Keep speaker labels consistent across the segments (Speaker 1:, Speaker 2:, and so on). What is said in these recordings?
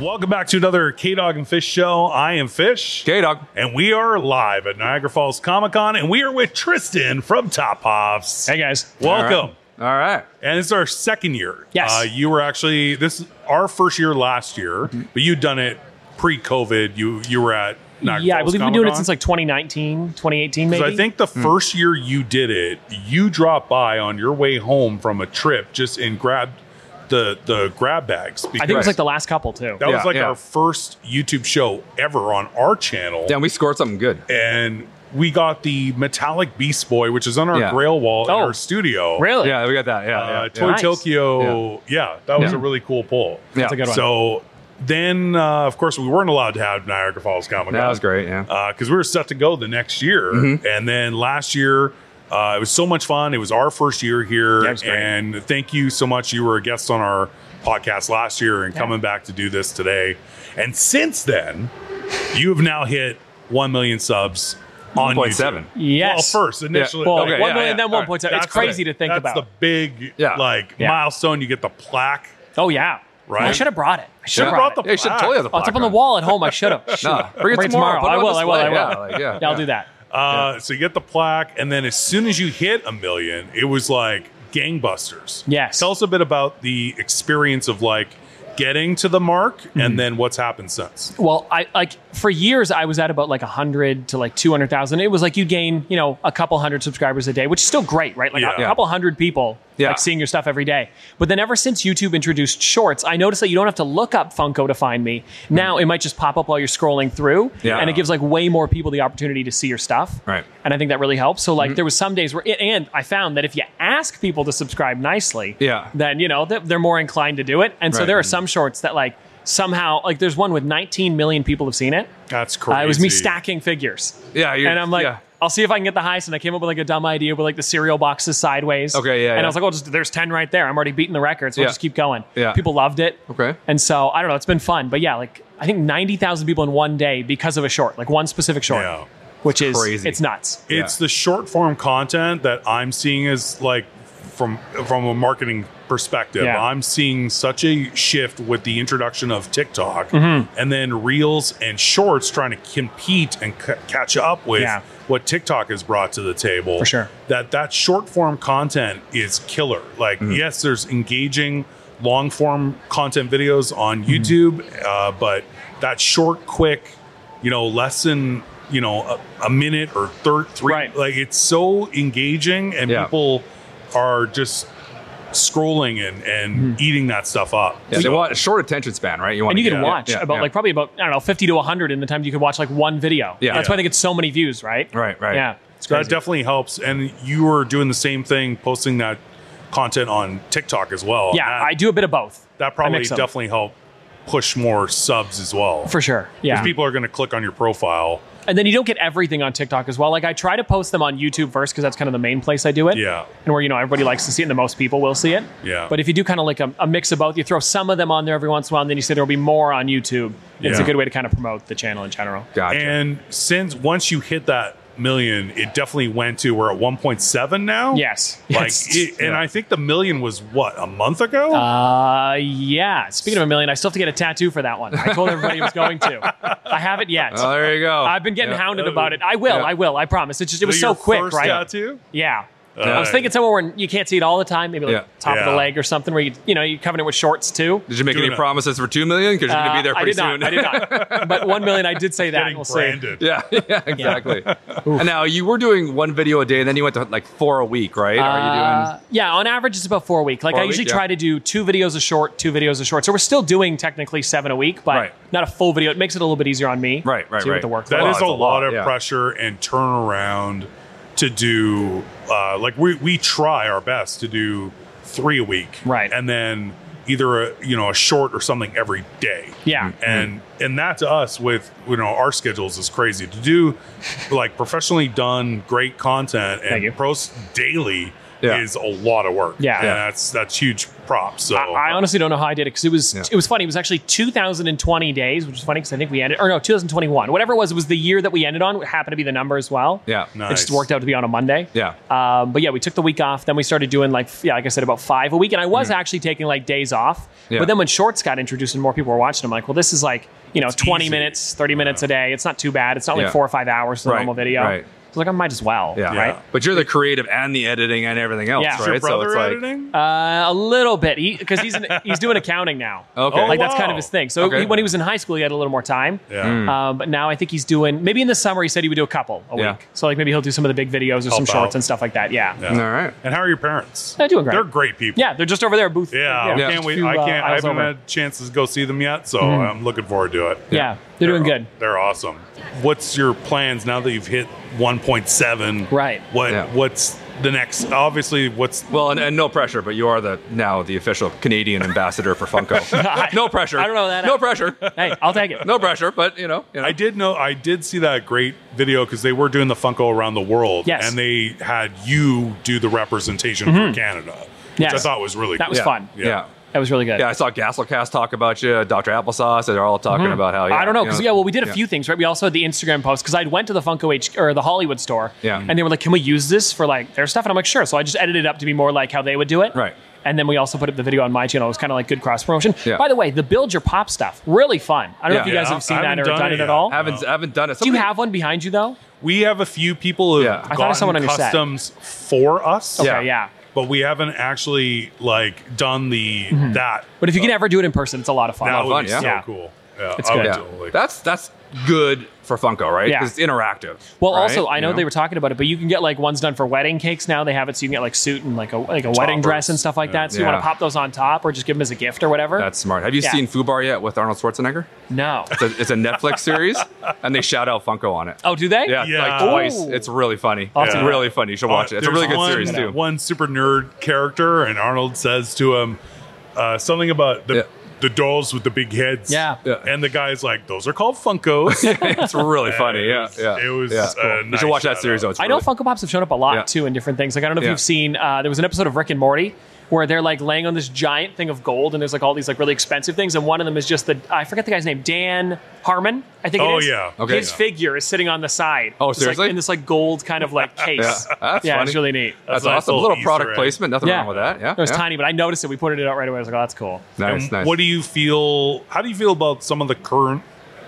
Speaker 1: Welcome back to another K Dog and Fish show. I am Fish.
Speaker 2: J Dog.
Speaker 1: And we are live at Niagara Falls Comic Con, and we are with Tristan from Top Hops.
Speaker 3: Hey guys.
Speaker 1: Welcome.
Speaker 2: All right.
Speaker 1: And it's our second year.
Speaker 3: Yes.
Speaker 1: Uh, you were actually, this is our first year last year,
Speaker 3: Mm-hmm.
Speaker 1: but you'd done it pre COVID. You you were at Niagara
Speaker 3: yeah, I
Speaker 1: Falls
Speaker 3: believe we've been doing
Speaker 1: Comic-Con.
Speaker 3: it since like 2019, 2018 maybe. Mm.
Speaker 1: So I think the first year you did it, you dropped by on your way home from a trip just and grabbed the the grab bags. Because
Speaker 3: I think it was like the last couple too.
Speaker 1: that
Speaker 2: Yeah,
Speaker 1: was like
Speaker 2: yeah.
Speaker 1: our first YouTube show ever on our channel,
Speaker 2: Damn, we scored something good.
Speaker 1: and we got the metallic Beast Boy, which is on our
Speaker 2: Yeah.
Speaker 1: Grail wall
Speaker 3: Oh.
Speaker 1: in our studio.
Speaker 3: Really?
Speaker 2: Yeah, we got that. Yeah.
Speaker 1: Uh,
Speaker 2: yeah,
Speaker 1: Toy
Speaker 3: Nice.
Speaker 1: Tokyo. Yeah, that was
Speaker 2: Yeah.
Speaker 1: a really cool pull.
Speaker 2: yeah.
Speaker 3: That's a good one.
Speaker 1: So then, uh, of course, we weren't allowed to have Niagara Falls Comic Con.
Speaker 2: That was great. Yeah.
Speaker 1: because Uh, we were set to go the next year.
Speaker 3: Mm-hmm.
Speaker 1: And then last year, uh, it was so much fun. It was our first year here,
Speaker 3: Yeah, it was great.
Speaker 1: and thank you so much. You were a guest on our podcast last year, and coming back to do this today. And since then, you have now hit one million subs on
Speaker 2: 1.7.
Speaker 1: YouTube.
Speaker 3: Yes.
Speaker 1: Well, first initially,
Speaker 3: Well,
Speaker 2: Okay, yeah,
Speaker 3: one million,
Speaker 2: yeah.
Speaker 3: then
Speaker 2: All
Speaker 3: one
Speaker 2: right.
Speaker 3: point seven.
Speaker 1: that's
Speaker 3: It's crazy
Speaker 1: the-
Speaker 3: to think
Speaker 1: that's
Speaker 3: about.
Speaker 1: the big
Speaker 2: Yeah.
Speaker 1: like
Speaker 3: Yeah.
Speaker 1: milestone. You get the plaque.
Speaker 3: oh yeah.
Speaker 1: Right.
Speaker 3: I should have brought it. I should
Speaker 1: Should've
Speaker 3: have
Speaker 2: Yeah.
Speaker 3: brought,
Speaker 1: brought the
Speaker 2: Yeah, you should
Speaker 1: plaque.
Speaker 2: totally have the
Speaker 3: it. Oh, it's up on the
Speaker 2: plaque
Speaker 3: wall at home. I should have.
Speaker 2: Nah, bring it tomorrow. Put it
Speaker 3: I
Speaker 2: on
Speaker 3: will. I will. I will.
Speaker 2: display.
Speaker 3: I will.
Speaker 2: Yeah, like, yeah,
Speaker 3: I'll
Speaker 2: yeah.
Speaker 3: do that.
Speaker 1: Uh, So you get the plaque, and then as soon as you hit a million, it was like gangbusters.
Speaker 3: Yes.
Speaker 1: Tell us a bit about the experience of like getting to the mark,
Speaker 3: Mm-hmm.
Speaker 1: and then what's happened since.
Speaker 3: Well, I like for years I was at about like hundred to like two hundred thousand. It was like you gain, you know, a couple hundred subscribers a day, which is still great, right? Like
Speaker 1: Yeah.
Speaker 3: a couple hundred people
Speaker 2: Yeah.
Speaker 3: like seeing your stuff every day. But then ever since YouTube introduced shorts, I noticed that you don't have to look up Funko to find me. Now it might just pop up while you're scrolling through.
Speaker 2: Yeah.
Speaker 3: And it gives like way more people the opportunity to see your stuff.
Speaker 2: Right. Mm-hmm.
Speaker 3: And I think that really helps. So like there was some days where it, and I found that if you ask people to subscribe nicely,
Speaker 2: Yeah.
Speaker 3: then you know they're, they're more inclined to do it. And so
Speaker 2: Right.
Speaker 3: there are some shorts that like somehow like there's one with 19 million people have seen it.
Speaker 1: That's crazy.
Speaker 3: Uh, it was me stacking figures.
Speaker 2: Yeah, you're-
Speaker 3: and I'm like.
Speaker 2: yeah.
Speaker 3: I'll see if I can get the highest, and I came up with like a dumb idea with like the cereal boxes sideways.
Speaker 2: Okay, yeah,
Speaker 3: And
Speaker 2: yeah.
Speaker 3: I was like, "Oh, just there's ten right there. I'm already beating the record, so
Speaker 2: Yeah.
Speaker 3: we'll just keep going."
Speaker 2: Yeah.
Speaker 3: people loved it.
Speaker 2: Okay.
Speaker 3: and so I don't know. It's been fun, but yeah, like I think ninety thousand people in one day because of a short, like one specific short,
Speaker 1: Yeah.
Speaker 3: which is
Speaker 2: Crazy.
Speaker 3: it's nuts.
Speaker 1: It's
Speaker 2: Yeah.
Speaker 1: the short form content that I'm seeing as like from from a marketing perspective.
Speaker 3: Yeah.
Speaker 1: I'm seeing such a shift with the introduction of TikTok
Speaker 3: Mm-hmm.
Speaker 1: and then Reels and Shorts trying to compete and c- catch up with
Speaker 3: Yeah.
Speaker 1: what TikTok has brought to the table.
Speaker 3: For sure.
Speaker 1: That that short form content is killer. Like yes, there's engaging long form content videos on YouTube, uh, but that short, quick, you know, less than you know a, a minute or third three,
Speaker 3: Right.
Speaker 1: like it's so engaging, and
Speaker 2: Yeah.
Speaker 1: people are just scrolling and and eating that stuff up.
Speaker 2: Yeah, they
Speaker 1: So-
Speaker 2: want a short attention span, right? You want
Speaker 3: and you
Speaker 2: to
Speaker 3: can
Speaker 2: get-
Speaker 3: watch
Speaker 2: yeah,
Speaker 3: about
Speaker 2: yeah.
Speaker 3: like probably about I don't know fifty to hundred in the time you could watch like one video.
Speaker 2: Yeah.
Speaker 3: that's
Speaker 1: Yeah.
Speaker 3: why they get so many views, right?
Speaker 2: Right, right.
Speaker 3: Yeah, it's
Speaker 1: that
Speaker 3: crazy.
Speaker 1: definitely helps. And you were doing the same thing, posting that content on TikTok as well.
Speaker 3: yeah,
Speaker 1: That-
Speaker 3: I do a bit of both
Speaker 1: that probably
Speaker 3: mix 'em.
Speaker 1: definitely helped push more subs as well.
Speaker 3: for sure. Yeah,
Speaker 1: Because people are going to click on your profile.
Speaker 3: and then you don't get everything on TikTok as well. Like I try to post them on YouTube first because that's kind of the main place I do it.
Speaker 1: Yeah.
Speaker 3: and where you know everybody likes to see it and the most people will see it.
Speaker 1: Yeah.
Speaker 3: but if you do kind of like a, a mix of both, you throw some of them on there every once in a while, and then you say there will be more on YouTube. It's
Speaker 1: Yeah.
Speaker 3: a good way to kind of promote the channel in general.
Speaker 2: Gotcha.
Speaker 1: And since once you hit that million, it definitely went to we're at 1.7 now.
Speaker 3: Yes,
Speaker 1: Like,
Speaker 3: Yes.
Speaker 1: it, and
Speaker 2: yeah.
Speaker 1: I think the million was what a month ago.
Speaker 3: Uh, yeah. Speaking of a million, I still have to get a tattoo for that one. I told everybody I was going to. I haven't yet.
Speaker 2: oh, there you go.
Speaker 3: I've been getting
Speaker 2: Yeah.
Speaker 3: hounded about it. I will.
Speaker 2: Yeah.
Speaker 3: I will. I promise. It's just it was so
Speaker 1: your
Speaker 3: quick,
Speaker 1: first
Speaker 3: right?
Speaker 1: Tattoo?
Speaker 3: Yeah. I
Speaker 1: Alright.
Speaker 3: was thinking somewhere where you can't see it all the time, maybe like
Speaker 2: Yeah.
Speaker 3: top of
Speaker 1: Yeah.
Speaker 3: the leg or something, where you you know you cover it with shorts too.
Speaker 2: Did you make
Speaker 1: Doing
Speaker 2: any
Speaker 1: it.
Speaker 2: promises for two million? Because you're
Speaker 3: Uh,
Speaker 2: gonna be there
Speaker 3: I
Speaker 2: pretty
Speaker 3: did not.
Speaker 2: soon.
Speaker 3: I did not. But one million, I did say that.
Speaker 1: Getting
Speaker 3: We'll see.
Speaker 1: branded.
Speaker 2: yeah, yeah, exactly. and now you were doing one video a day, and then you went to like four a week, right? Are you
Speaker 3: Uh, yeah, on average, it's about four a week. Like
Speaker 2: Four
Speaker 3: I
Speaker 2: a week,
Speaker 3: usually
Speaker 2: yeah.
Speaker 3: try to do two videos a short, two videos a short. So we're still doing technically seven a week, but
Speaker 2: Right.
Speaker 3: not a full video. It makes it a little bit easier on me.
Speaker 2: Right, right,
Speaker 3: to
Speaker 2: right.
Speaker 3: With the workload.
Speaker 1: That
Speaker 2: Well,
Speaker 1: is
Speaker 2: it's
Speaker 1: a
Speaker 2: a
Speaker 1: lot,
Speaker 2: lot,
Speaker 1: of
Speaker 2: yeah.
Speaker 1: pressure and turnaround to do. Uh, like we we try our best to do three a week,
Speaker 3: Right.
Speaker 1: And then either a you know a short or something every day.
Speaker 3: Yeah.
Speaker 2: Mm.
Speaker 1: and and that to us with you know our schedules is crazy to do like professionally done great content
Speaker 3: Thank you.
Speaker 1: and post daily
Speaker 2: Yeah.
Speaker 1: is a lot of work.
Speaker 3: Yeah.
Speaker 1: and
Speaker 3: Yeah.
Speaker 1: that's that's huge props. So
Speaker 3: I, I honestly don't know how I did it because it was
Speaker 2: Yeah.
Speaker 3: it was funny. It was actually 2020 days, which is funny because I think we ended or no 2021, whatever it was. It was the year that we ended on. It happened to be the number as well.
Speaker 2: Yeah.
Speaker 1: No.
Speaker 3: It just
Speaker 1: Nice.
Speaker 3: worked out to be on a Monday.
Speaker 2: Yeah.
Speaker 3: Um, but yeah, we took the week off. Then we started doing like f- yeah, like I said, about five a week. And I was actually taking like days off.
Speaker 2: Hmm. Yeah.
Speaker 3: But then when shorts got introduced and more people were watching, I'm like, well, this is like you know 20
Speaker 1: easy.
Speaker 3: minutes, 30 minutes a day. It's not too bad. It's not like
Speaker 2: Yeah.
Speaker 3: four or five hours to the
Speaker 2: Right,
Speaker 3: normal video.
Speaker 2: right.
Speaker 3: So like I might as well.
Speaker 2: Yeah.
Speaker 3: Right.
Speaker 2: But you're the creative and the editing and everything else,
Speaker 3: Yeah. Is
Speaker 2: right?
Speaker 3: your
Speaker 1: Your brother
Speaker 2: so it's like
Speaker 1: editing?
Speaker 3: Uh, a little bit, because he's in, he's doing accounting now.
Speaker 2: Okay.
Speaker 3: like
Speaker 1: Oh,
Speaker 3: that's kind
Speaker 1: wow.
Speaker 3: of his thing. So
Speaker 2: Okay.
Speaker 3: he- when he was in high school, he had a little more time.
Speaker 1: yeah,
Speaker 2: Hmm.
Speaker 3: Um, but now I think he's doing maybe in the summer. He said he would do a couple a
Speaker 2: Yeah.
Speaker 3: week. So like maybe he'll do some of the big videos or some
Speaker 1: Help
Speaker 3: shorts
Speaker 1: out.
Speaker 3: and stuff like that. Yeah.
Speaker 1: Yeah.
Speaker 2: All right.
Speaker 1: And how are your parents?
Speaker 3: They're doing great.
Speaker 1: They're great people.
Speaker 3: Yeah, they're just over there. Booth.
Speaker 1: Yeah, I
Speaker 2: Yeah.
Speaker 1: can't
Speaker 3: just a
Speaker 1: wait.
Speaker 3: few,
Speaker 1: I
Speaker 3: uh,
Speaker 1: can't. I
Speaker 3: aisles
Speaker 1: haven't
Speaker 3: over. Mm-hmm.
Speaker 1: had chances to go see them yet, so I'm looking forward to it.
Speaker 3: Yeah, they're doing good.
Speaker 1: They're awesome. What's your plans now that you've hit 1.7?
Speaker 3: Right.
Speaker 1: What
Speaker 2: Yeah.
Speaker 1: What's the next? Obviously, what's
Speaker 2: Well, and, and no pressure, but you are the now the official Canadian ambassador for Funko. no pressure.
Speaker 3: I don't know that.
Speaker 2: No pressure.
Speaker 3: Hey, I'll take it.
Speaker 2: No pressure, but you know, you know.
Speaker 1: I did know I did see that great video because they were doing the Funko around the world,
Speaker 3: Yes. Mm-hmm.
Speaker 1: and they had you do the representation for Canada, which I
Speaker 3: Yes.
Speaker 1: thought was really
Speaker 3: That
Speaker 1: cool.
Speaker 3: was
Speaker 2: yeah.
Speaker 3: fun.
Speaker 2: Yeah. yeah.
Speaker 1: Yeah.
Speaker 3: That was really good.
Speaker 2: I saw Gasselcast talk about you, Dr. Applesauce. They're all talking about how yeah,
Speaker 3: Mm-hmm. I don't know because yeah, well, we did a
Speaker 2: yeah.
Speaker 3: few things, right? We also had the Instagram post because I went to the Funko H or the Hollywood store,
Speaker 2: Yeah.
Speaker 3: and they were like, "Can we use this for like their stuff?" And I'm like, "Sure." So I just edited it up to be more like how they would do it,
Speaker 2: Right.
Speaker 3: And then we also put up the video on my channel. It was kind of like good cross promotion.
Speaker 2: Yeah.
Speaker 3: By the way, the build your pop stuff really fun. I don't know if
Speaker 2: Yeah.
Speaker 3: you guys
Speaker 1: Yeah,
Speaker 3: have seen
Speaker 1: I
Speaker 3: that
Speaker 1: haven't
Speaker 3: or
Speaker 1: done
Speaker 3: done,
Speaker 1: it
Speaker 3: it
Speaker 1: yet.
Speaker 3: at all.
Speaker 2: haven't haven't done it.
Speaker 3: Oh. Do you have one behind you though?
Speaker 1: We have a few people who
Speaker 2: Yeah.
Speaker 1: have
Speaker 2: I
Speaker 3: thought I
Speaker 1: gotten
Speaker 3: saw one on your set.
Speaker 1: customs for us.
Speaker 2: Okay, Yeah.
Speaker 3: Okay, yeah.
Speaker 1: But we haven't actually like done the
Speaker 3: Mm-hmm.
Speaker 1: that.
Speaker 3: But if you can ever do it in person, it's a lot of fun.
Speaker 1: That would
Speaker 2: fun,
Speaker 1: be
Speaker 2: yeah.
Speaker 1: so
Speaker 3: Yeah.
Speaker 1: cool. Yeah,
Speaker 3: It's
Speaker 1: I would
Speaker 3: good.
Speaker 2: Yeah.
Speaker 1: totally-
Speaker 2: That's that's good for Funko, right?
Speaker 3: Yeah.
Speaker 2: 'Cause it's interactive.
Speaker 3: Well,
Speaker 2: right?
Speaker 3: also, I
Speaker 2: You
Speaker 3: know, they were talking about it, but you can get like ones done for wedding cakes now. They have it, so you can get like suit and like a like a wedding dress and stuff like that. So you
Speaker 2: Yeah.
Speaker 3: want to pop those on top, or just give them as a gift or whatever.
Speaker 2: That's smart. Have you
Speaker 3: Yeah.
Speaker 2: seen Fubar yet with Arnold Schwarzenegger?
Speaker 3: no.
Speaker 2: It's a, it's a Netflix series, and they shout out Funko on it.
Speaker 3: Oh, do they?
Speaker 2: Yeah,
Speaker 1: Yeah.
Speaker 2: like twice.
Speaker 3: Ooh.
Speaker 2: It's really funny. It's
Speaker 1: Yeah.
Speaker 2: really funny. You should watch
Speaker 1: Uh,
Speaker 2: it. It's a
Speaker 1: there's
Speaker 2: really good
Speaker 1: one-
Speaker 2: series too.
Speaker 1: One super nerd character, and Arnold says to him uh, something about the
Speaker 2: Yeah.
Speaker 1: the dolls with the big heads.
Speaker 3: Yeah.
Speaker 2: Yeah.
Speaker 1: and the guy's like, "Those are called Funkos."
Speaker 2: it's really funny.
Speaker 1: it
Speaker 2: Yeah,
Speaker 1: was-
Speaker 2: yeah.
Speaker 1: it was,
Speaker 2: Yeah.
Speaker 1: uh,
Speaker 2: you
Speaker 1: nice
Speaker 2: should watch that
Speaker 1: shout
Speaker 2: series.
Speaker 1: out.
Speaker 2: Though. It's
Speaker 3: I know
Speaker 2: really-
Speaker 3: Funko Pops have shown up a lot
Speaker 2: Yeah.
Speaker 3: too in different things. Like I don't know if
Speaker 2: Yeah.
Speaker 3: you've seen. Uh, there was an episode of Rick and Morty where they're like laying on this giant thing of gold, and there's like all these like really expensive things, and one of them is just the I forget the guy's name, Dan Harmon. I think.
Speaker 1: Oh,
Speaker 3: it is.
Speaker 1: yeah.
Speaker 2: Okay.
Speaker 3: His
Speaker 2: Yeah.
Speaker 3: figure is sitting on the side.
Speaker 2: Oh,
Speaker 3: It's, like,
Speaker 2: seriously?
Speaker 3: in this like gold kind of like case.
Speaker 2: Yeah. That's
Speaker 3: yeah,
Speaker 2: funny.
Speaker 3: it's really neat.
Speaker 2: That's
Speaker 1: That's a nice
Speaker 2: awesome.
Speaker 1: little
Speaker 2: little
Speaker 1: Easter
Speaker 2: product
Speaker 1: egg.
Speaker 2: placement. Nothing
Speaker 3: yeah,
Speaker 2: wrong with that. Yeah,
Speaker 3: it was
Speaker 2: yeah.
Speaker 3: tiny, but I noticed it. We pointed it out right away. I was like, "Oh, that's cool."
Speaker 2: Nice,
Speaker 1: And
Speaker 2: nice.
Speaker 1: What do you feel? How do you feel about some of the current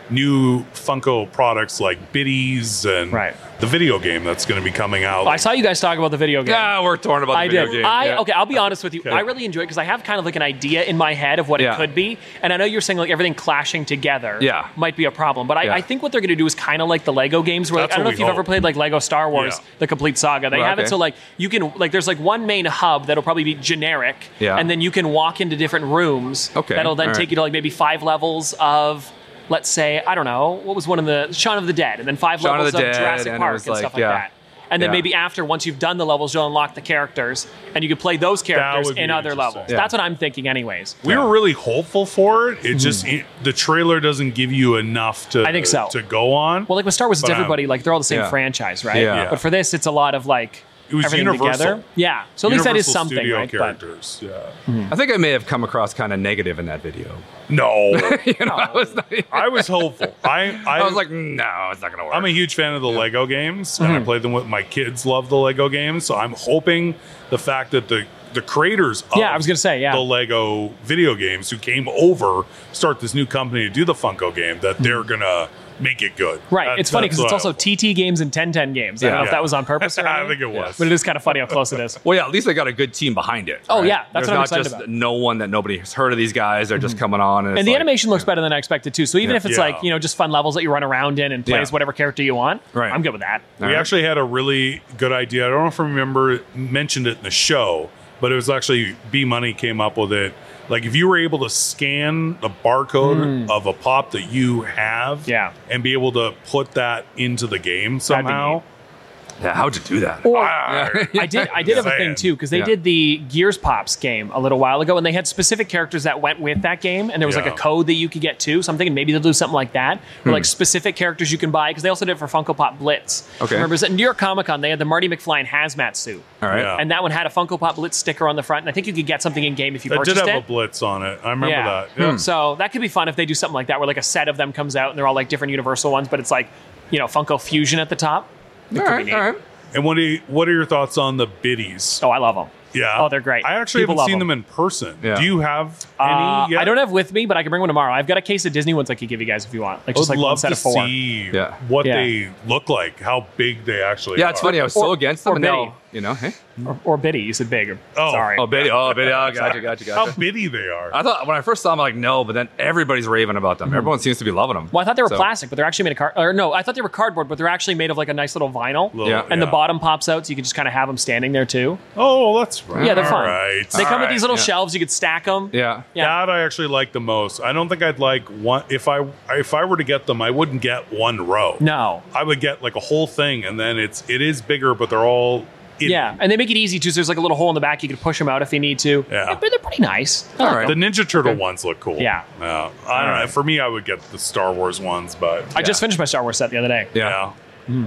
Speaker 1: new Funko products like Biddies and
Speaker 3: Right.
Speaker 1: the video game that's going to be coming out?
Speaker 3: I saw you guys talk about the video game.
Speaker 2: yeah, we're torn about the
Speaker 3: I
Speaker 2: video
Speaker 3: did.
Speaker 2: game.
Speaker 3: I
Speaker 2: yeah.
Speaker 3: okay. I'll be honest with you.
Speaker 1: Okay.
Speaker 3: I really enjoy it because I have kind of like an idea in my head of what
Speaker 2: Yeah.
Speaker 3: it could be, and I know you're saying like everything clashing together.
Speaker 2: Yeah.
Speaker 3: might be a problem. But I,
Speaker 2: Yeah.
Speaker 3: I think what they're going to do is kind of like the Lego games. Where like,
Speaker 1: That's
Speaker 3: I don't know
Speaker 1: what
Speaker 3: if
Speaker 1: we
Speaker 3: you've ever
Speaker 1: hope.
Speaker 3: played like Lego Star Wars:
Speaker 1: Yeah.
Speaker 3: The Complete Saga. They
Speaker 2: Right,
Speaker 3: have
Speaker 2: okay.
Speaker 3: it so like you can like there's like one main hub that'll probably be generic.
Speaker 2: Yeah.
Speaker 3: and then you can walk into different rooms.
Speaker 2: Okay,
Speaker 3: that'll then
Speaker 2: all right.
Speaker 3: take you to like maybe five levels of. Let's say I don't know what was one of the Shaun of the Dead, and then five
Speaker 2: Shaun of
Speaker 3: levels
Speaker 2: the
Speaker 3: of,
Speaker 2: Dead,
Speaker 3: Jurassic
Speaker 2: and it
Speaker 3: Park
Speaker 2: was
Speaker 3: and
Speaker 2: like-
Speaker 3: stuff like
Speaker 2: yeah.
Speaker 3: that. And then
Speaker 2: Yeah.
Speaker 3: maybe after, once you've done the levels, you'll unlock the characters, and you can play those characters
Speaker 1: would be
Speaker 3: in other
Speaker 1: interesting.
Speaker 3: levels.
Speaker 2: Yeah.
Speaker 3: That's what I'm thinking, anyways.
Speaker 1: we
Speaker 2: Yeah.
Speaker 1: were really hopeful for it. It just it, the trailer doesn't give you enough to
Speaker 3: Hmm. I think so.
Speaker 1: to go on.
Speaker 3: Well, like with Star Wars, it's
Speaker 1: But, um,
Speaker 3: everybody like they're all the same
Speaker 2: yeah.
Speaker 3: franchise, right?
Speaker 2: Yeah. Yeah.
Speaker 3: But for this, it's a lot of like
Speaker 1: It was
Speaker 3: everything
Speaker 1: Universal.
Speaker 3: together. Yeah. So at least that is
Speaker 1: Universal
Speaker 3: something,
Speaker 1: Studio
Speaker 3: right? But-
Speaker 1: Characters. yeah.
Speaker 2: I think I may have come across kind of negative in that video.
Speaker 1: No,
Speaker 2: you know, I was, not,
Speaker 1: I was hopeful. I I,
Speaker 2: I was like, no, it's not gonna work.
Speaker 1: I'm a huge fan of the Lego games,
Speaker 3: Hmm.
Speaker 1: and I play them with my kids. Love the Lego games, so I'm hoping the fact that the the creators of
Speaker 3: Yeah, I was gonna say, yeah.
Speaker 1: the Lego video games who came over start this new company to do the Funko game that they're gonna make it good.
Speaker 3: Hmm. Right,
Speaker 1: That-
Speaker 3: it's funny because
Speaker 1: that's
Speaker 3: it's also
Speaker 1: what I
Speaker 3: TT games and 1010 games. I
Speaker 2: Yeah.
Speaker 3: don't know
Speaker 1: Yeah.
Speaker 3: if that was on purpose or
Speaker 1: hope. I
Speaker 3: anything,
Speaker 1: think it was.
Speaker 3: But it is kind of funny how close it is.
Speaker 2: well, yeah, at least they got a good team behind it.
Speaker 3: Oh,
Speaker 2: right?
Speaker 3: yeah, that's
Speaker 2: There's
Speaker 3: what I'm
Speaker 2: not
Speaker 3: excited
Speaker 2: just
Speaker 3: about. Mm-hmm.
Speaker 2: no one that nobody has heard of these guys. They're just coming on, and, it's
Speaker 3: And the
Speaker 2: like-
Speaker 3: animation looks better than I expected too. So even if it's
Speaker 1: Yeah.
Speaker 3: like you know just fun levels that you run around in and play
Speaker 2: Yeah.
Speaker 3: as whatever character you want,
Speaker 2: Right.
Speaker 3: I'm good with that.
Speaker 1: We
Speaker 2: Alright.
Speaker 1: actually had a really good idea. I don't know if I remember mentioned it in the show, but it was actually B Money came up with it. Like if you were able to scan the barcode of a pop that you have,
Speaker 3: Hmm. Yeah.
Speaker 1: and be able to put that into the game
Speaker 3: be Oh,
Speaker 1: somehow,
Speaker 2: Yeah, how'd you do that?
Speaker 3: Or
Speaker 1: Ah,
Speaker 3: I did I did have a thing
Speaker 1: Saying.
Speaker 3: too because they
Speaker 2: Yeah.
Speaker 3: did the Gears Pops game a little while ago and they had specific characters that went with that game and there was like
Speaker 1: Yeah.
Speaker 3: a code that you could get too. So I'm thinking maybe they'll do something like that
Speaker 2: Hmm.
Speaker 3: or like specific characters you can buy because they also did it for Funko Pop Blitz.
Speaker 2: Okay.
Speaker 3: remember it was at New York Comic Con they had the Marty McFly in hazmat suit.
Speaker 2: All right.
Speaker 1: Yeah.
Speaker 3: And that one had a Funko Pop Blitz sticker on the front, and I think you could get something in game if you
Speaker 1: That did
Speaker 3: purchased
Speaker 1: have
Speaker 3: it. Hmm.
Speaker 1: a blitz on it. I remember that. Yeah.
Speaker 3: So that could be fun if they do something like that, where like a set of them comes out and they're all like different Universal ones, but it's like, you know, Funko Fusion at the top.
Speaker 2: All right. All right.
Speaker 1: And what do you, what are your thoughts on the biddies?
Speaker 3: Oh, I love them.
Speaker 1: Yeah.
Speaker 3: Oh, they're great.
Speaker 1: I actually
Speaker 3: People love
Speaker 1: haven't seen
Speaker 3: them.
Speaker 1: them. in person.
Speaker 2: Yeah.
Speaker 1: Do you have any
Speaker 3: Uh,
Speaker 1: yet?
Speaker 3: I don't have with me, but I can bring one tomorrow. I've got a case of Disney ones I could give you guys if you want, like just
Speaker 1: I'd
Speaker 3: like one
Speaker 1: love
Speaker 3: set
Speaker 1: to
Speaker 3: of four.
Speaker 1: see
Speaker 2: Yeah.
Speaker 1: what
Speaker 3: Yeah.
Speaker 1: they look like, how big they actually
Speaker 2: Yeah, it's
Speaker 1: are.
Speaker 2: funny. I was so
Speaker 3: Or-
Speaker 2: against
Speaker 3: or
Speaker 2: them, and
Speaker 3: Biddy.
Speaker 2: now you know. Hey.
Speaker 3: Or, or Biddy, you said big.
Speaker 1: Oh.
Speaker 3: sorry.
Speaker 2: Oh, Biddy. Oh, Biddy. Oh, gotcha, gotcha,
Speaker 1: How
Speaker 2: gotcha.
Speaker 1: bitty they are.
Speaker 2: I thought when I first saw them, I'm like, no, but then everybody's raving about
Speaker 1: Hmm.
Speaker 2: them. Everyone seems to be loving them.
Speaker 3: Well, I thought they were
Speaker 2: So-
Speaker 3: plastic, but they're actually made of card. Or no, I thought they were cardboard, but they're actually made of like a nice little vinyl.
Speaker 1: Little-
Speaker 2: Yeah.
Speaker 3: And the
Speaker 1: yeah.
Speaker 3: bottom pops out, so you can just kind of have them standing there too.
Speaker 1: Oh, well, that's right.
Speaker 3: Yeah, they're fun.
Speaker 1: All right.
Speaker 3: They come with these little
Speaker 2: yeah.
Speaker 3: shelves. You could stack them.
Speaker 2: Yeah.
Speaker 3: Yeah.
Speaker 1: That I actually like the most. I don't think I'd like one if I if I were to get them, I wouldn't get one row.
Speaker 3: No.
Speaker 1: I would get like a whole thing and then it's it is bigger, but they're all in-
Speaker 3: Yeah, and they make it easy too. So there's like a little hole in the back. You can push them out if you need to.
Speaker 1: Yeah.
Speaker 3: but they're pretty nice.
Speaker 2: All right.
Speaker 1: The Ninja Turtle ones look cool.
Speaker 3: Yeah.
Speaker 1: I don't know. For me, I would get the Star Wars ones, but
Speaker 3: I just finished my Star Wars set the other day.
Speaker 2: yeah.
Speaker 1: yeah.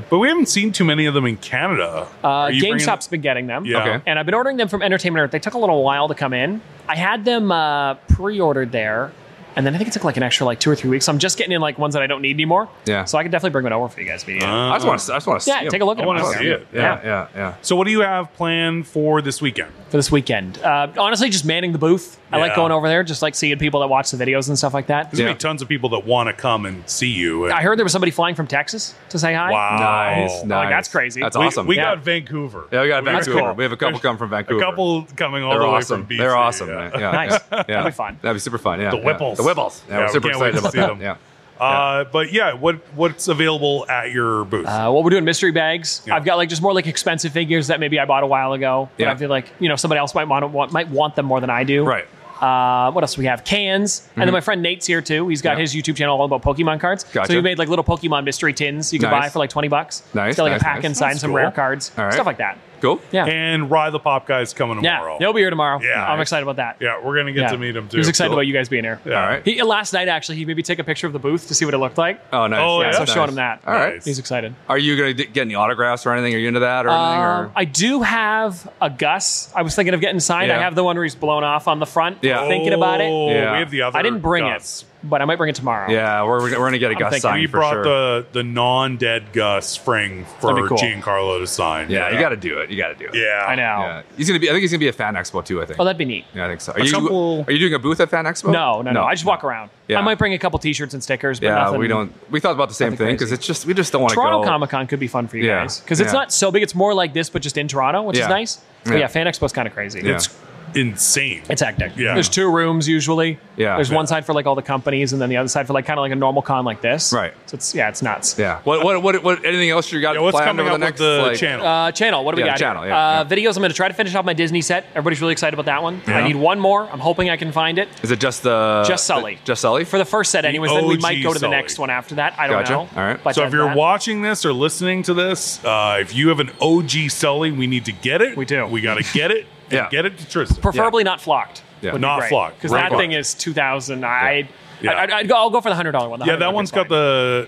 Speaker 1: But we haven't seen too many of them in Canada.
Speaker 3: Uh,
Speaker 1: Are you bringing-
Speaker 3: GameStop's been getting them.
Speaker 1: Yeah.
Speaker 2: Okay.
Speaker 3: And I've been ordering them from Entertainment Earth. They took a little while to come in. I had them uh, pre-ordered there, and then I think it took like an extra like two or three weeks. So I'm just getting in like ones that I don't need anymore.
Speaker 2: Yeah.
Speaker 3: So I could definitely bring one over for you guys.
Speaker 1: Uh,
Speaker 3: But
Speaker 1: Uh-huh.
Speaker 3: yeah.
Speaker 2: I just want to. I just want to see
Speaker 3: yeah,
Speaker 2: them.
Speaker 3: take a look
Speaker 1: I
Speaker 3: at
Speaker 1: wanna
Speaker 3: them.
Speaker 1: see it.
Speaker 2: Yeah. Yeah. Yeah.
Speaker 1: So, what do you have planned for this weekend?
Speaker 3: for this weekend. Uh, honestly, just manning the booth. I like
Speaker 1: Yeah.
Speaker 3: going over there, just like seeing people that watch the videos and stuff like that.
Speaker 1: There's
Speaker 2: Yeah.
Speaker 1: gonna be tons of people that want to come and see you. and-
Speaker 3: I heard there was somebody flying from Texas to say hi.
Speaker 1: wow,
Speaker 2: Nice.
Speaker 1: We-
Speaker 2: Nice.
Speaker 3: that's crazy.
Speaker 2: That's
Speaker 3: We-
Speaker 2: awesome.
Speaker 1: Oh, We
Speaker 2: yeah.
Speaker 1: got Vancouver.
Speaker 2: Yeah, we got
Speaker 3: That's
Speaker 2: Vancouver.
Speaker 3: cool.
Speaker 2: We have a couple come from
Speaker 1: a
Speaker 2: Vancouver.
Speaker 1: couple coming all
Speaker 2: They're
Speaker 1: the
Speaker 2: awesome.
Speaker 1: way from BC.
Speaker 2: They're awesome.
Speaker 1: yeah. Uh,
Speaker 2: man. Yeah.
Speaker 3: Nice.
Speaker 2: Yeah.
Speaker 3: That'd be fun.
Speaker 2: That'd be super fun. Yeah.
Speaker 1: The
Speaker 2: yeah.
Speaker 1: Whipples.
Speaker 2: The Whipples. Yeah,
Speaker 1: Yeah,
Speaker 2: we're
Speaker 1: we
Speaker 2: super
Speaker 1: can't wait
Speaker 2: excited
Speaker 1: to
Speaker 2: about
Speaker 1: see
Speaker 2: that.
Speaker 1: them.
Speaker 2: Yeah.
Speaker 1: Uh, but yeah, what what's available at your booth?
Speaker 3: Uh, well, we're doing mystery bags.
Speaker 1: Yeah.
Speaker 3: I've got like just more like expensive figures that maybe I bought a while ago. But
Speaker 2: Yeah.
Speaker 3: I feel like you know somebody else might want, want might want them more than I do.
Speaker 2: Right.
Speaker 3: Uh, what else do we have? Cans, and then my friend Nate's here too. He's got
Speaker 2: Mm-hmm. Yeah.
Speaker 3: his YouTube channel all about Pokemon cards.
Speaker 2: Gotcha.
Speaker 3: So he made like little Pokemon mystery tins you could
Speaker 2: Nice.
Speaker 3: buy for like twenty bucks.
Speaker 2: Nice,
Speaker 3: It's got like
Speaker 2: nice,
Speaker 3: a pack
Speaker 2: nice.
Speaker 3: inside and
Speaker 1: That's
Speaker 3: some
Speaker 1: cool.
Speaker 3: rare cards,
Speaker 2: All right.
Speaker 3: stuff like that.
Speaker 2: Cool.
Speaker 3: Yeah,
Speaker 1: and Rye the Pop Guy's coming
Speaker 3: yeah.
Speaker 1: tomorrow.
Speaker 3: He'll be here tomorrow.
Speaker 1: Yeah.
Speaker 3: I'm
Speaker 1: Nice.
Speaker 3: excited about that.
Speaker 1: Yeah, we're gonna get
Speaker 3: Yeah.
Speaker 1: to meet him too.
Speaker 3: He was excited
Speaker 1: Cool.
Speaker 3: about you guys being here.
Speaker 1: Yeah.
Speaker 2: All right.
Speaker 3: He, uh, last night actually, he maybe take a picture of the booth to see what it looked like.
Speaker 2: Oh, nice.
Speaker 1: Oh, yeah.
Speaker 3: so
Speaker 1: nice.
Speaker 3: showing him that.
Speaker 2: All right.
Speaker 1: Nice.
Speaker 3: He's excited.
Speaker 2: Are you going to get any autographs or anything? Are you into that or anything? Or?
Speaker 3: Um, I do have a Gus. I was thinking of getting signed. I
Speaker 2: Yeah.
Speaker 3: have the one where he's blown off on the front.
Speaker 2: Yeah.
Speaker 3: Thinking about it.
Speaker 1: Oh,
Speaker 2: Yeah.
Speaker 1: we have the other.
Speaker 3: I didn't bring
Speaker 1: Gus.
Speaker 3: it, but I might bring it tomorrow.
Speaker 2: yeah, we're, we're going to get a Gus
Speaker 3: thinking-
Speaker 2: sign
Speaker 1: We
Speaker 2: for
Speaker 1: brought
Speaker 2: sure.
Speaker 1: the the non dead Gus Fring for
Speaker 3: That'd be cool.
Speaker 1: Giancarlo to sign.
Speaker 2: yeah, you got to do it. You got to do it.
Speaker 1: Yeah,
Speaker 3: I know.
Speaker 2: Yeah. He's gonna be. I think he's gonna be at Fan Expo too. I think.
Speaker 3: Oh, that'd be neat.
Speaker 2: yeah, I think so. Are
Speaker 1: A
Speaker 2: you
Speaker 1: couple-
Speaker 2: Are you doing a booth at Fan Expo?
Speaker 3: No, no, no, I just walk around.
Speaker 2: Oh, Yeah.
Speaker 3: I might bring a couple T-shirts and stickers. But
Speaker 2: Yeah,
Speaker 3: nothing.
Speaker 2: we don't. We thought about the same
Speaker 3: nothing
Speaker 2: thing because
Speaker 3: crazy.
Speaker 2: it's just we just don't want to go.
Speaker 3: Toronto Comic Con could be fun for you
Speaker 2: Yeah.
Speaker 3: guys because it's
Speaker 2: Yeah.
Speaker 3: not so big. It's more like this, but just in Toronto, which
Speaker 2: Yeah.
Speaker 3: is nice. But
Speaker 2: Yeah.
Speaker 3: yeah, Fan Expo's kind of crazy.
Speaker 2: Yeah.
Speaker 1: it's insane.
Speaker 3: It's hectic.
Speaker 1: Yeah.
Speaker 3: There's two rooms usually.
Speaker 2: Yeah.
Speaker 3: There's
Speaker 2: Yeah.
Speaker 3: one side for like all the companies, and then the other side for like kind of like a normal con like this.
Speaker 2: Right.
Speaker 3: So it's yeah, it's nuts.
Speaker 2: Yeah. What, what? What? What? Anything else you got
Speaker 1: Yeah, what's
Speaker 2: planned
Speaker 1: coming
Speaker 2: over
Speaker 1: up
Speaker 2: the next
Speaker 1: with the
Speaker 2: like,
Speaker 1: channel?
Speaker 3: Uh, channel. What do we
Speaker 2: Yeah,
Speaker 3: got?
Speaker 2: channel,
Speaker 3: here?
Speaker 2: yeah,
Speaker 3: uh, Videos. I'm going to try to finish off my Disney set. Everybody's really excited about that one.
Speaker 1: Yeah.
Speaker 3: I need one more. I'm hoping I can find it
Speaker 2: Is it just the
Speaker 3: Just Sully.
Speaker 2: the- just Sully
Speaker 3: for the first set, anyways. Then we
Speaker 1: OG
Speaker 3: might go to the
Speaker 1: Sully.
Speaker 3: next one after that. I don't
Speaker 2: Gotcha.
Speaker 3: know.
Speaker 2: All right.
Speaker 3: But
Speaker 1: So if
Speaker 3: then
Speaker 1: you're
Speaker 3: that-
Speaker 1: watching this or listening to this, uh, if you have an OG Sully, we need to get it.
Speaker 3: We do.
Speaker 1: We got to get it. and
Speaker 2: Yeah.
Speaker 1: Get it to Tristan.
Speaker 3: preferably not flocked.
Speaker 2: Yeah.
Speaker 3: would be
Speaker 1: Not
Speaker 3: great.
Speaker 1: flocked.
Speaker 3: because
Speaker 1: Right.
Speaker 3: that
Speaker 1: Flocked.
Speaker 3: thing is 2000. I.
Speaker 1: Yeah.
Speaker 3: I, would go, I'll go for the hundred dollar one. The
Speaker 1: yeah,
Speaker 3: $100
Speaker 1: that one's
Speaker 3: one's
Speaker 1: got
Speaker 3: fine.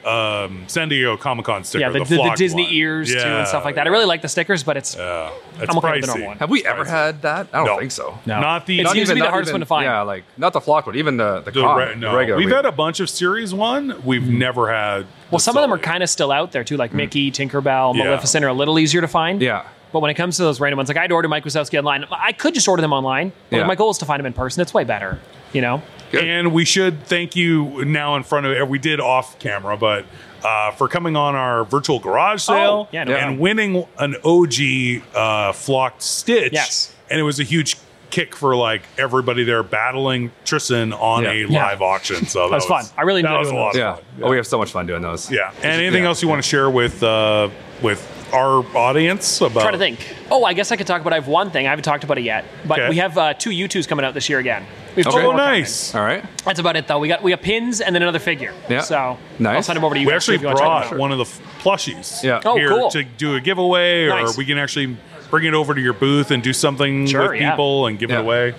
Speaker 1: the um, San Diego Comic Con sticker.
Speaker 3: yeah the,
Speaker 1: the,
Speaker 3: the, the
Speaker 1: flocked
Speaker 3: Disney
Speaker 1: one.
Speaker 3: ears too
Speaker 1: Yeah,
Speaker 3: and stuff like that. I really like the stickers, but it's
Speaker 1: Yeah, that's
Speaker 3: I'm okay
Speaker 1: pricey.
Speaker 3: with the normal one.
Speaker 2: Have we ever
Speaker 1: Pricey.
Speaker 2: had that? I don't
Speaker 1: No.
Speaker 2: think so.
Speaker 3: No.
Speaker 1: Not the
Speaker 3: It
Speaker 1: not
Speaker 3: seems to
Speaker 1: even
Speaker 3: be the
Speaker 2: not
Speaker 3: hardest
Speaker 2: even-
Speaker 3: one to find.
Speaker 2: Yeah, like not the flocked one, even the the,
Speaker 1: the
Speaker 2: con,
Speaker 1: re- no.
Speaker 2: the regular.
Speaker 1: We've
Speaker 2: one.
Speaker 1: had a bunch of series one. We've never had.
Speaker 3: Mm-hmm. Well, some of them are kind of still out there too, like Mickey, Tinkerbell,
Speaker 1: Hmm. Yeah.
Speaker 3: Maleficent are a little easier to find.
Speaker 2: yeah.
Speaker 3: But when it comes to those random ones, like I'd order Mike Wazowski online. I could just order them online. but
Speaker 2: Yeah.
Speaker 3: My goal is to find them in person. It's way better, you know?
Speaker 2: Good.
Speaker 1: And we should thank you now in front of. We did off camera, but uh, for coming on our virtual garage sale
Speaker 3: Oh, yeah, no
Speaker 1: and
Speaker 3: problem.
Speaker 1: winning an OG uh, flocked stitch.
Speaker 3: Yes.
Speaker 1: and it was a huge kick for like everybody there battling Tristan on
Speaker 2: Yeah.
Speaker 1: a
Speaker 3: Yeah.
Speaker 1: live auction. So that,
Speaker 3: was fun. I really
Speaker 1: that
Speaker 3: enjoyed
Speaker 1: was a
Speaker 3: doing
Speaker 1: lot.
Speaker 3: those.
Speaker 1: of
Speaker 2: yeah.
Speaker 1: fun.
Speaker 2: Oh, we have so much fun doing those.
Speaker 1: Yeah. And anything
Speaker 2: yeah.
Speaker 1: else you want to share with uh, with our audience about?
Speaker 3: Oh, Trying to think. Oh, I guess I could talk about. I have one thing I haven't talked about it yet, but
Speaker 1: Okay.
Speaker 3: we have uh, two U2s coming out this year again. We have two
Speaker 2: Okay.
Speaker 1: Oh,
Speaker 3: more coming.
Speaker 1: nice.
Speaker 2: All right.
Speaker 3: That's about it, though. We got we got pins and then another figure.
Speaker 2: Yeah.
Speaker 3: So
Speaker 2: Nice.
Speaker 3: I'll send them over to you.
Speaker 1: We
Speaker 3: guys
Speaker 1: actually
Speaker 3: if you wanna check them
Speaker 1: brought
Speaker 3: out.
Speaker 1: one of the f- plushies
Speaker 2: Yeah. Oh,
Speaker 1: here
Speaker 3: cool.
Speaker 1: to do a giveaway,
Speaker 3: Nice.
Speaker 1: or we can actually bring it over to your booth and do something
Speaker 3: Sure,
Speaker 1: with
Speaker 3: yeah.
Speaker 1: people and give
Speaker 2: Yeah.
Speaker 1: it away.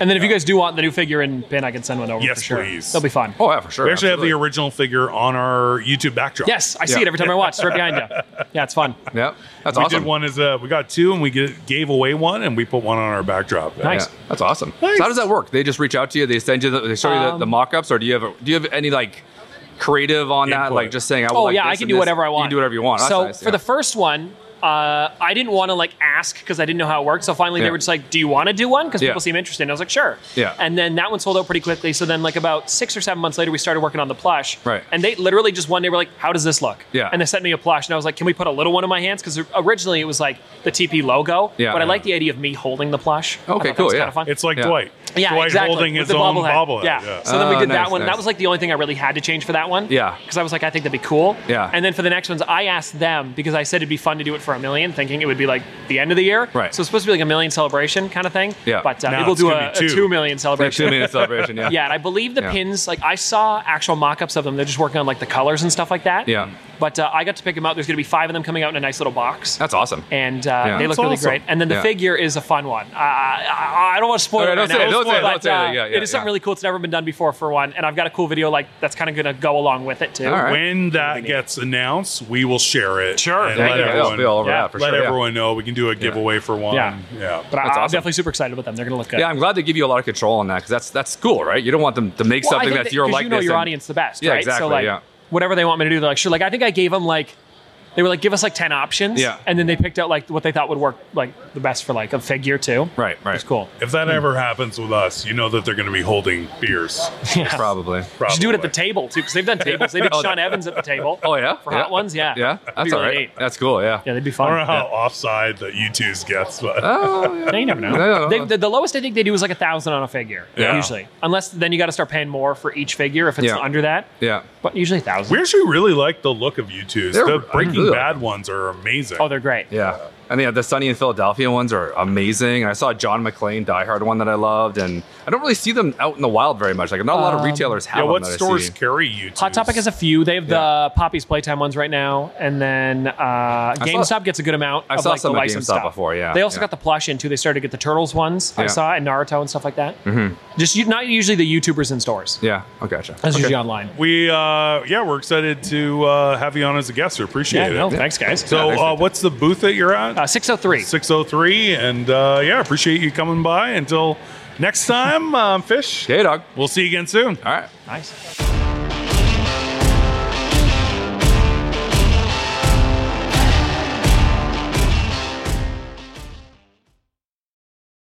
Speaker 3: And then if you guys do want the new figure and pin, I can send one over.
Speaker 1: Yes,
Speaker 3: for sure.
Speaker 1: please.
Speaker 3: They'll be fun.
Speaker 2: Oh yeah, for sure.
Speaker 1: We actually have the
Speaker 2: Absolutely.
Speaker 1: original figure on our YouTube backdrop.
Speaker 3: Yes, I see
Speaker 2: Yeah.
Speaker 3: it every time I watch. It's right behind you. Yeah, it's fun.
Speaker 2: Yep. That's
Speaker 1: we
Speaker 2: awesome.
Speaker 1: did one as a we got two, and we get, gave away one, and we put one on our backdrop.
Speaker 3: Nice.
Speaker 2: Yeah, that's awesome.
Speaker 1: Nice.
Speaker 2: So how does that work? They just reach out to you. They send you. The, they show you the, the
Speaker 3: Um,
Speaker 2: mock-ups, or do you have? A, do you have any like creative on that?
Speaker 1: Input.
Speaker 2: Like just saying, I would
Speaker 3: Oh
Speaker 2: like
Speaker 3: yeah,
Speaker 2: this
Speaker 3: I can
Speaker 2: and
Speaker 3: do
Speaker 2: this.
Speaker 3: whatever I want.
Speaker 2: You can do whatever you want. That's
Speaker 3: So
Speaker 2: nice,
Speaker 3: for
Speaker 2: yeah.
Speaker 3: the first one, uh, I didn't want to like ask because I didn't know how it worked. So finally, they
Speaker 2: Yeah.
Speaker 3: were just like, "Do you want to do one?" Because
Speaker 2: Yeah.
Speaker 3: people seem interested. And I was like, "Sure."
Speaker 2: Yeah.
Speaker 3: And then that one sold out pretty quickly. So then, like about six or seven months later, we started working on the plush.
Speaker 2: Right.
Speaker 3: And they literally just one day were like, "How does this look?"
Speaker 2: Yeah.
Speaker 3: And they sent me a plush, and I was like, "Can we put a little one in my hands?" Because originally it was like the TP logo.
Speaker 2: Yeah.
Speaker 3: But I like the idea of me holding the plush. I
Speaker 2: Okay,
Speaker 3: thought that
Speaker 2: cool,
Speaker 3: was
Speaker 2: yeah.
Speaker 3: Kind of fun.
Speaker 1: It's like
Speaker 2: Yeah.
Speaker 1: Dwight.
Speaker 3: Yeah,
Speaker 1: Dwight
Speaker 3: exactly.
Speaker 1: holding
Speaker 3: With
Speaker 1: his
Speaker 3: the
Speaker 1: own
Speaker 3: bobblehead.
Speaker 1: bobblehead.
Speaker 3: Yeah. So then we
Speaker 2: Oh,
Speaker 3: did
Speaker 2: nice,
Speaker 3: that one.
Speaker 2: nice.
Speaker 3: That was like the only thing I really had to change for that one.
Speaker 2: Yeah.
Speaker 3: Because I was like, I think that'd be cool.
Speaker 2: Yeah.
Speaker 3: And then for the next ones, I asked them because I said it'd be fun to do it for a million, thinking it would be like the end of the year.
Speaker 2: Right.
Speaker 3: So it's supposed to be like a million celebration kind of thing.
Speaker 2: Yeah.
Speaker 3: But uh,
Speaker 1: Now
Speaker 3: maybe we'll
Speaker 1: it's
Speaker 3: do
Speaker 1: gonna
Speaker 3: a,
Speaker 1: be two.
Speaker 3: a two million
Speaker 2: Like,
Speaker 3: celebration.
Speaker 2: two minute celebration. Yeah.
Speaker 3: yeah. And I believe the
Speaker 2: Yeah.
Speaker 3: pins. Like I saw actual mock-ups of them. They're just working on like the colors and stuff like that.
Speaker 2: Yeah.
Speaker 3: But uh, I got to pick them out. There's going to be five of them coming out in a nice little box
Speaker 2: That's awesome.
Speaker 3: and uh, they
Speaker 1: That's
Speaker 3: look really
Speaker 1: awesome.
Speaker 3: great. And then the
Speaker 2: Yeah.
Speaker 3: figure is a fun one. Uh, I, I- I don't want to
Speaker 2: No,
Speaker 3: spoil
Speaker 2: no,
Speaker 3: it.
Speaker 2: don't
Speaker 3: right
Speaker 2: say it,
Speaker 3: now,
Speaker 2: don't say it,
Speaker 3: but,
Speaker 2: don't say it.
Speaker 3: uh,
Speaker 2: Yeah, yeah,
Speaker 3: it is something
Speaker 2: yeah.
Speaker 3: really cool. It's never been done before for one, and I've got a cool video like that's kind of going to go along with it too.
Speaker 2: All right.
Speaker 1: When that gets announced, we will share it.
Speaker 3: Sure.
Speaker 1: and
Speaker 3: Yeah,
Speaker 1: let
Speaker 2: yeah, yeah,
Speaker 1: everyone,
Speaker 2: I'll be all over
Speaker 3: yeah,
Speaker 2: that for
Speaker 1: let
Speaker 2: sure. yeah.
Speaker 1: everyone know. We can do a giveaway for one.
Speaker 3: Yeah.
Speaker 1: yeah.
Speaker 3: But I-
Speaker 2: That's
Speaker 3: I'm
Speaker 2: awesome.
Speaker 3: definitely super excited about them. They're going to look good.
Speaker 2: Yeah, I'm glad they give you a lot of control on that because that's that's cool, right? You don't want them to make
Speaker 3: Well, I
Speaker 2: something
Speaker 3: think
Speaker 2: that's
Speaker 3: that-
Speaker 2: your
Speaker 3: 'cause
Speaker 2: likeness.
Speaker 3: You know your
Speaker 2: and-
Speaker 3: audience the best,
Speaker 2: Yeah,
Speaker 3: right?
Speaker 2: exactly,
Speaker 3: So like
Speaker 2: yeah.
Speaker 3: whatever they want me to do, they're like, sure. Like I think I gave them like. They were like, give us like ten options,
Speaker 2: Yeah.
Speaker 3: and then they picked out like what they thought would work like the best for like a figure too.
Speaker 2: Right, right.
Speaker 3: It's cool.
Speaker 1: If that ever happens with us, you know that they're going to be holding beers.
Speaker 3: Yeah.
Speaker 2: Probably.
Speaker 3: You should do it at the
Speaker 1: probably.
Speaker 3: table too, because they've done tables. They did
Speaker 2: Oh,
Speaker 3: Sean Evans at the table.
Speaker 2: Oh yeah.
Speaker 3: for
Speaker 2: yeah.
Speaker 3: hot ones, yeah.
Speaker 2: Yeah.
Speaker 3: That'd
Speaker 2: That's
Speaker 3: be
Speaker 2: all
Speaker 3: really
Speaker 2: right.
Speaker 3: neat.
Speaker 2: That's cool. Yeah.
Speaker 3: Yeah, Uh, they'd be
Speaker 1: I
Speaker 3: fun.
Speaker 1: don't know how offside that you two's gets, but
Speaker 2: Oh, yeah.
Speaker 3: Yeah, you never
Speaker 2: No, no,
Speaker 3: know.
Speaker 2: no.
Speaker 3: They, the, the lowest I think they do is like a thousand on a figure,
Speaker 1: Yeah.
Speaker 3: usually. Unless then you got to start paying more for each figure if it's
Speaker 2: Yeah.
Speaker 3: under that.
Speaker 2: Yeah.
Speaker 3: But usually a thousand.
Speaker 1: we actually really like the look of you two's.
Speaker 2: They're-
Speaker 1: the Breaking
Speaker 2: I really like
Speaker 1: Bad ones are amazing.
Speaker 3: Oh, they're great.
Speaker 2: Yeah. And yeah, the Sunny and Philadelphia ones are amazing. And I saw a John McClane Die Hard one that I loved, and I don't really see them out in the wild very much. Like not a lot of retailers have
Speaker 1: yeah,
Speaker 2: them
Speaker 1: what
Speaker 2: that I
Speaker 1: stores
Speaker 2: see.
Speaker 1: carry you two?
Speaker 3: Hot Topic has a few. They have the Poppy's Playtime ones right now, and then uh, GameStop gets a good amount.
Speaker 2: I
Speaker 3: of
Speaker 2: saw
Speaker 3: like
Speaker 2: some
Speaker 3: the
Speaker 2: at
Speaker 3: licensed
Speaker 2: GameStop
Speaker 3: stuff.
Speaker 2: before, yeah,
Speaker 3: they also
Speaker 2: yeah.
Speaker 3: got the plush in too. They started to get the Turtles ones. I
Speaker 2: Yeah.
Speaker 3: saw and Naruto and stuff like that. Mm-hmm. Just you, not usually the YouTubers in stores.
Speaker 2: Yeah. Oh, gotcha.
Speaker 3: That's
Speaker 2: Okay.
Speaker 3: usually online.
Speaker 1: We, uh, yeah, we're excited to uh, have you on as a guest. We appreciate
Speaker 3: Yeah,
Speaker 1: it.
Speaker 3: no, thanks guys.
Speaker 1: So,
Speaker 2: Yeah, thanks,
Speaker 1: uh,
Speaker 2: Nathan.
Speaker 1: what's the booth that you're at?
Speaker 3: Uh, 603.
Speaker 1: 603. And uh, yeah, appreciate you coming by. Until next time, um, Fish,
Speaker 2: Okay, dog.
Speaker 1: we'll see you again soon.
Speaker 2: All right.
Speaker 3: Nice.